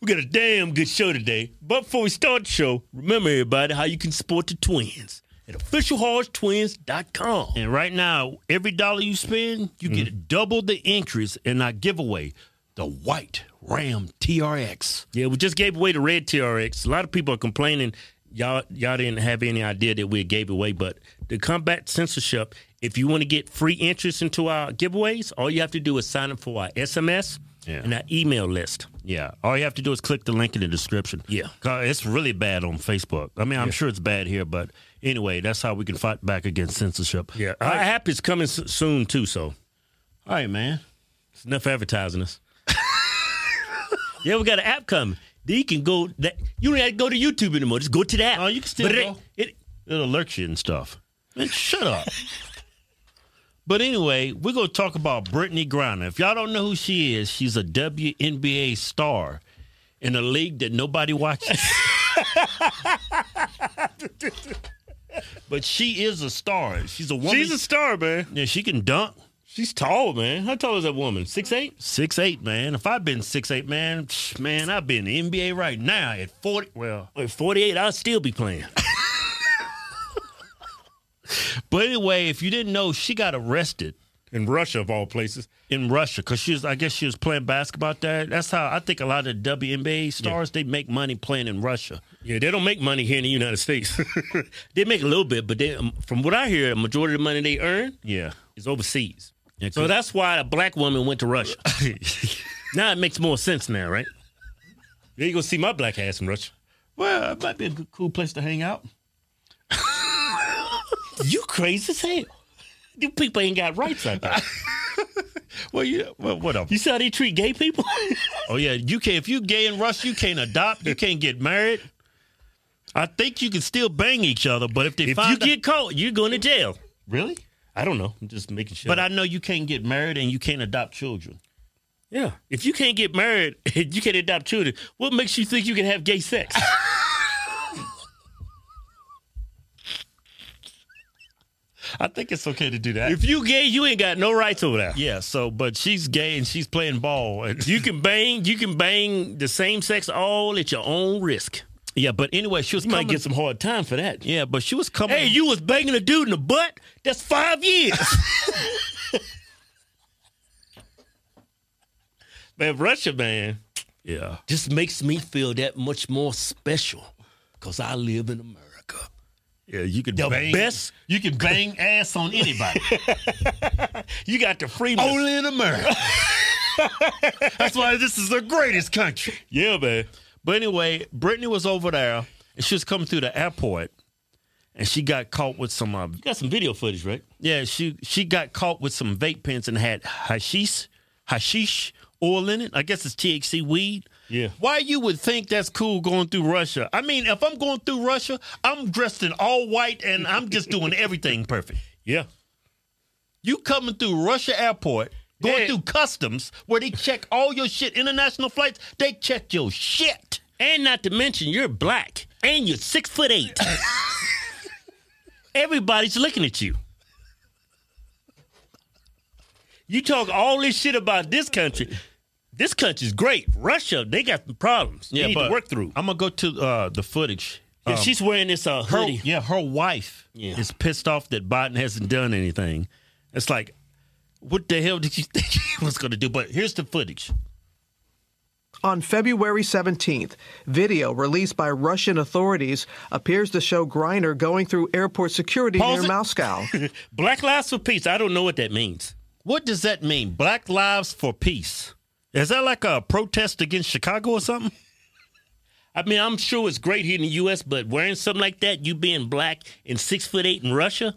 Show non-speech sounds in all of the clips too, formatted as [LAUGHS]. We got a damn good show today. But before we start the show, remember everybody how you can support the twins at officialhorsetwins.com. And right now, every dollar you spend, you Mm-hmm. get double the interest in our giveaway, the white Ram TRX. Yeah, we just gave away the red TRX. A lot of people are complaining y'all y'all didn't have any idea that we gave away, but to combat censorship, if you want to get free interest into our giveaways, all you have to do is sign up for our SMS Yeah. and our email list. Yeah, all you have to do is click the link in the description. Yeah. 'Cause it's really bad on Facebook. I mean, I'm sure it's bad here, but anyway, that's how we can fight back against censorship. Uh, Our app is coming s- soon too, so all right, man. it's enough advertising [LAUGHS] us. yeah, we got an app coming. Then you can go that you don't have to go to YouTube anymore. Just go to the app. Oh, you can still But it- go. it- It'll alert you and stuff. Man, shut [LAUGHS] up. but anyway, we're going to talk about Brittany Griner. If y'all don't know who she is, she's a WNBA star in a league that nobody [LAUGHS] watches. but she is a star. She's a woman. she's a star, man. yeah, she can dunk. She's tall, man. How tall is that woman? Six eight? Six eight, man. If I've been six eight, man, psh, man, I've been in the NBA right now at forty. Well, At 48, I'll still be playing. but anyway, if you didn't know, she got arrested In Russia, of all places. in Russia because she was, I guess, she was playing basketball there. That's how I think a lot of WNBA stars they make money playing in Russia. Yeah, they don't make money here in the United States. [LAUGHS] they make a little bit, but they, um, from what I hear, a majority of the money they earn Yeah, is overseas. Yeah, So 'cause- that's why a black woman went to [LAUGHS] Russia. now it makes more sense now, right? You ain't gonna see my black ass in Russia. well, it might be a good, cool place to hang [LAUGHS] out. You crazy as hell. You people ain't got rights out there. Well, yeah, well, whatever. [LAUGHS] You see how they treat gay people? Oh yeah, you can. If you gay in Russia, you can't adopt. You can't get married. I think you can still bang each other, but if they if find you out- get caught, you're going to jail. really, I don't know. I'm just making sure. but I know you can't get married and you can't adopt children. yeah, if you can't get married, [LAUGHS] you can't adopt children. What makes you think you can have gay sex? I think it's okay to do that. if you gay, you ain't got no rights over there. yeah. So, but she's gay and she's playing ball. And You can bang, you can bang the same sex all at your own risk. yeah, but anyway, she was You might coming. get some hard time for that. yeah, but she was coming. Hey, you was banging a dude in the butt? That's five years. man, Russia, man, yeah. just makes me feel that much more special because I live in America. Yeah, you could The bang. best- you can [LAUGHS] bang ass on anybody. You got the freedom. [LAUGHS] Only in America. [LAUGHS] That's why this is the greatest country. yeah, man. But anyway, Brittany was over there and she was coming through the airport and she got caught with some uh, You got some video footage, right? yeah, she she got caught with some vape pens and had hashish hashish oil in it. I guess it's THC weed. Yeah. Why you would think that's cool going through Russia? I mean, if I'm going through Russia, I'm dressed in all white and I'm just doing everything perfect. Yeah. You coming through Russia airport, going Yeah. through customs where they check all your shit. International flights, they check your shit. And not to mention, you're black and you're six foot eight. [LAUGHS] Everybody's looking at you. You talk all this shit about this country. This country's great. Russia, they got some problems. Yeah, need to work through. I'm gonna go to uh, the footage. Um, Yeah, she's wearing this uh, Her- hoodie. yeah, her wife Yeah. is pissed off that Biden hasn't done anything. It's like, what the hell did you [LAUGHS] think he was gonna do? But here's the footage. On February 17th, video released by Russian authorities appears to show Griner going through airport security Pause near it. Moscow. [LAUGHS] Black Lives for Peace. I don't know what that means. What does that mean? Black Lives for Peace. Is that like a protest against Chicago or something? I mean, I'm sure it's great here in the U.S., but wearing something like that, you being black and six foot eight in Russia,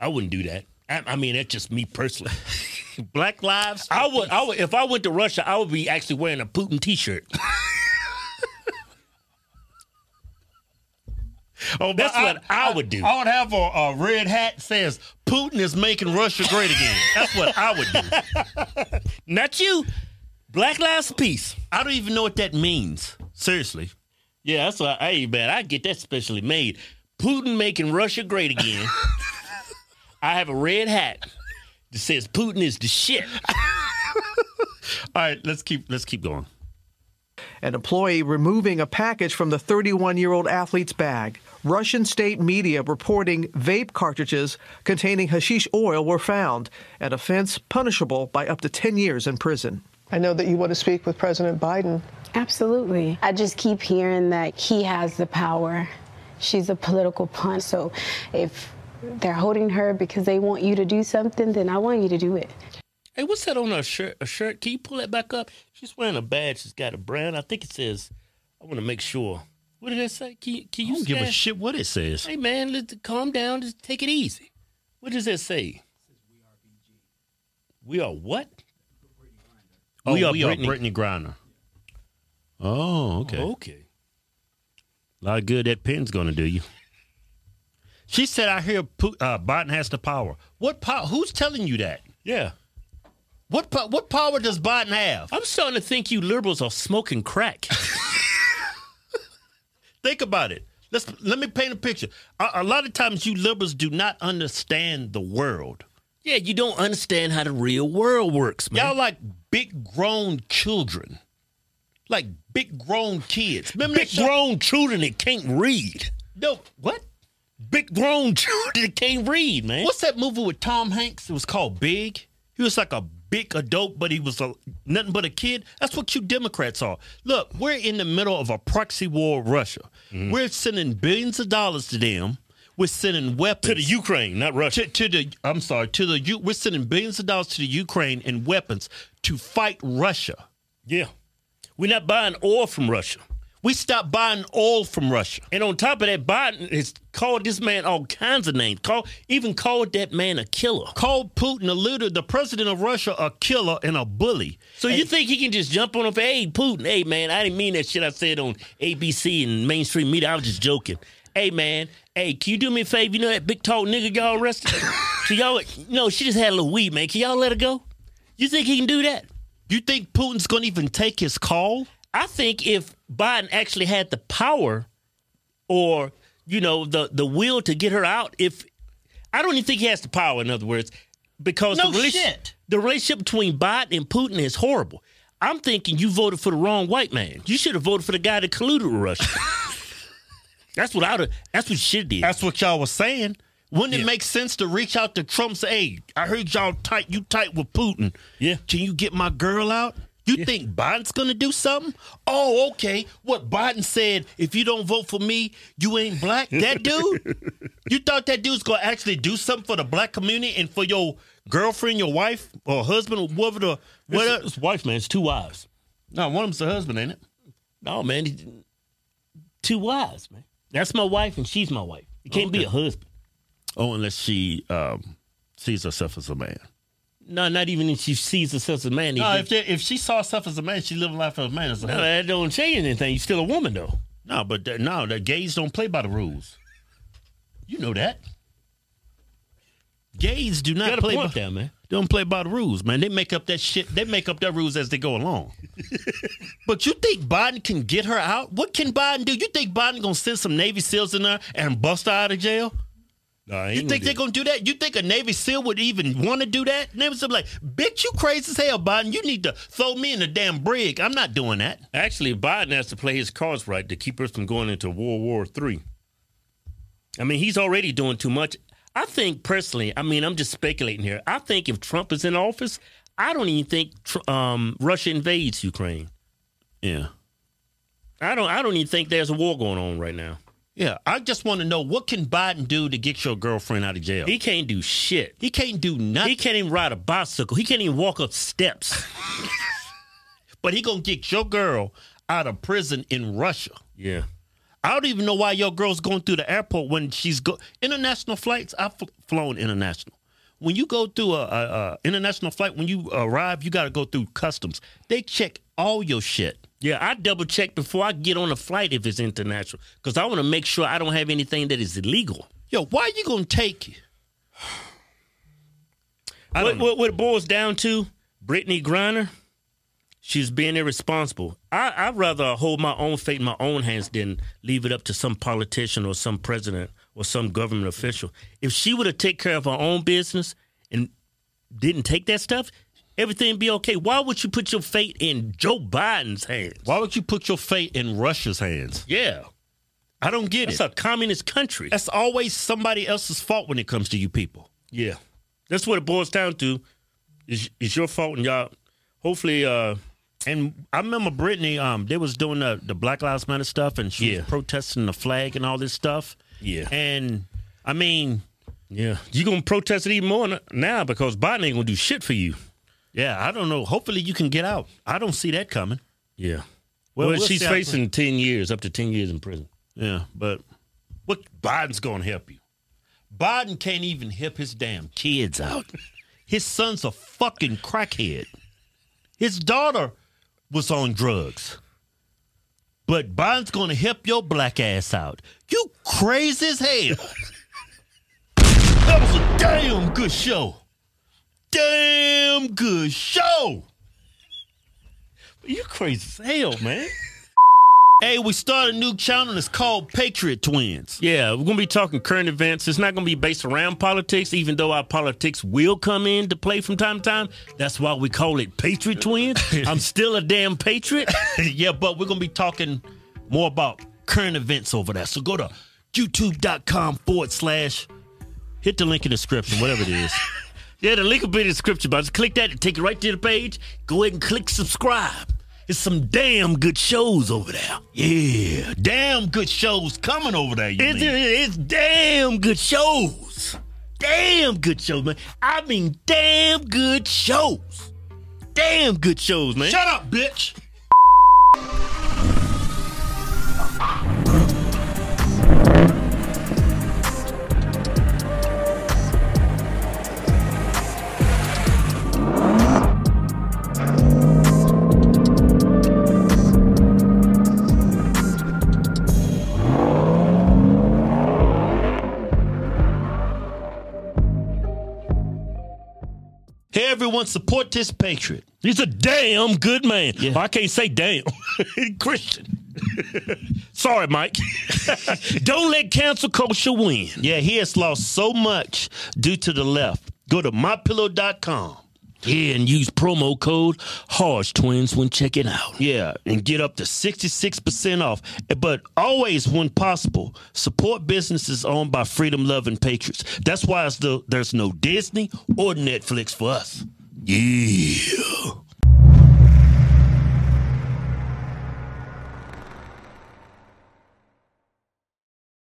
I wouldn't do that. I, I mean, that's just me personally. [LAUGHS] Black Lives. I would, I would, if I went to Russia, I would be actually wearing a Putin [LAUGHS] T-shirt. Oh, That's but what I would do. I would have a, uh, a red hat that says Putin is making Russia great again. That's what I would do. [LAUGHS] Not you, Black Lives Peace. I don't even know what that means. Seriously. Yeah, that's why. Hey, man, I get that specially made. Putin making Russia great [LAUGHS] again. I have a red hat that says [LAUGHS] Putin is the shit. All right, let's keep let's keep going. An employee removing a package from the 31 year old athlete's bag. Russian state media reporting vape cartridges containing hashish oil were found, an offense punishable by up to 10 years in prison. I know that you want to speak with President Biden. Absolutely. I just keep hearing that he has the power. She's a political pawn. So if they're holding her because they want you to do something, then I want you to do it. Hey, what's that on her shirt? A shirt? Can you pull that back up? She's wearing a badge. She's got a brand. I think it says. I want to make sure. What did that say? Can, you- can I you don't give a stand- shit what it says. Hey man, let's calm down. Just take it easy. What does that say? We are what? Oh, we are, Brittany- Brittany. Griner. Oh, okay. Okay. A lot of good that pen's going to do you. She said, "I hear Pu- uh, Biden has the power. What power? Who's telling you that? Yeah. What po- what power does Biden have? I'm starting to think you liberals are smoking crack. [LAUGHS] Think about it. Let's let me paint a picture. A, a lot of times, you liberals do not understand the world. yeah, you don't understand how the real world works, man. Y'all like big grown children, like big grown kids. Remember big that show? grown children that can't read. No, what? Big grown [LAUGHS] children that can't read, man. What's that movie with Tom Hanks? It was called Big. He was like a big adult, but he was a, nothing but a kid. That's what you Democrats are. Look, we're in the middle of a proxy war with Russia. Mm-hmm. We're sending billions of dollars to them. We're sending weapons to the Ukraine, not Russia? to, to the I'm sorry to the U- we're sending billions of dollars to the Ukraine and weapons to fight Russia. yeah. We're not buying oil from Russia. We stopped buying oil from Russia. And on top of that, Biden has called this man all kinds of names. Call even called that man a killer. Called Putin a looter, the president of Russia, a killer and a bully. So you think he can just jump on him? Hey, Putin. Hey, man, I didn't mean that shit I said on ABC and mainstream media. I was just joking. Hey, man. Hey, can you do me a favor? You know that big tall nigga y'all [LAUGHS] arrested? can y'all? No, she just had a little weed, man. Can y'all let her go? You think he can do that? You think Putin's going to even take his call? I think if Biden actually had the power or you know the the will to get her out, if I don't even think he has the power. In other words, because No the, relation- shit. the relationship between Biden and Putin is horrible. I'm thinking you voted for the wrong white man. You should have voted for the guy that colluded with Russia. [LAUGHS] that's what I. would That's what shit did. That's what y'all was saying. Wouldn't Yeah. it make sense to reach out to Trump? Say, hey, I heard y'all tight. You tight with Putin. Yeah. Can you get my girl out? You think Biden's gonna do something? Oh, okay. What Biden said? If you don't vote for me, you [LAUGHS] ain't black. That dude. you thought that dude's gonna actually do something for the black community and for your girlfriend, your wife, or husband, or whatever? The, What whatever. his wife, man? It's two wives. No, one of them's the husband, ain't it? No, man. he- Two wives, man. That's my wife, and she's my wife. It can't be a husband. Oh, unless she um, sees herself as a man. No, not even if she sees herself as a man. No, even- if, they, if she saw herself as a man, she living life as a man. As a No, that don't change anything. You're still a woman, though. No, but th- no, the gays don't play by the rules. You know that. Gays do You got not a play by, point there, man. don't play by the rules, man. They make up that shit. They make up their rules as they go [LAUGHS] along. but you think Biden can get her out? What can Biden do? You think Biden gonna send some Navy SEAls in there and bust her out of jail? You think they're gonna do that? You think a Navy SEAL would even want to do that? Navy SEAL be like, bitch, you crazy as hell, Biden. You need to throw me in the damn brig. I'm not doing that. Actually, Biden has to play his cards right to keep us from going into World War III. I mean, he's already doing too much. I think personally, I mean, I'm just speculating here. I think if Trump is in office, I don't even think tr- um, Russia invades Ukraine. Yeah. I don't. I don't even think there's a war going on right now. Yeah, I just want to know what can Biden do to get your girlfriend out of jail? He can't do shit. He can't do nothing, He can't even ride a bicycle. He can't even walk up steps. but he gonna get your girl out of prison in Russia. Yeah. I don't even know why your girl's going through the airport when she's go international flights. I've fl- flown international. When you go through a, a, a international flight, when you arrive, you got to go through customs. They check all your shit. Yeah, I double check before I get on a flight if it's international because I want to make sure I don't have anything that is illegal. Yo, why you gonna take? [SIGHS] I What, don't. what, what it boils down to, Brittany Griner, she's being irresponsible. I, I'd rather hold my own fate in my own hands than leave it up to some politician or some president or some government official. If she would have taken care of her own business and didn't take that stuff, everything be okay. Why would you put your fate in Joe Biden's hands? Why would you put your fate in Russia's hands? Yeah. I don't get It's it. a communist country. That's always somebody else's fault when it comes to you people. Yeah, that's what it boils down to. It's, it's your fault, and y'all. Hopefully, uh, And I remember Brittany, um, they was doing the, the Black Lives Matter stuff, and she Yeah. was protesting the flag and all this stuff. Yeah. And I mean, yeah, you gonna protest it even more n- now because Biden ain't gonna do shit for you. yeah, I don't know. Hopefully, you can get out. I don't see that coming. Yeah. Well, we'll she's see how- facing ten years, up to ten years in prison. Yeah, but what Biden's gonna help you? Biden can't even help his damn kids [LAUGHS] out. His son's a fucking crackhead. His daughter was on drugs. But Biden's gonna help your black ass out. You crazy as hell. that was a damn good show. Damn good show. You crazy as hell, man. Hey, we started a new channel. It's called Patriot Twins. yeah, we're gonna be talking current events. It's not gonna be based around politics, even though our politics will come in to play from time to time. That's why we call it Patriot [LAUGHS] Twins. I'm still a damn patriot. yeah, but we're gonna be talking more about current events over there. So go to youtube.com forward slash hit the link in the description, whatever it is. [LAUGHS] Yeah, the link will be in the description box. Click that to take you right to the page. Go ahead and click subscribe. It's some damn good shows over there. yeah. Damn good shows coming over there, you It's, mean. it's damn good shows. Damn good shows, man. I mean, damn good shows. Damn good shows, man. Shut up, bitch. Hey everyone, support this patriot. He's a damn good man. Yeah. Well, I can't say damn. [LAUGHS] Christian. Sorry, Mike. [LAUGHS] Don't let cancel culture win. Yeah, he has lost so much due to the left. Go to mypillow.com. Yeah, and use promo code HARSH Twins when checking out. Yeah, and get up to 66% off. But always, when possible, support businesses owned by freedom loving patriots. That's why it's the, there's no Disney or Netflix for us. Yeah.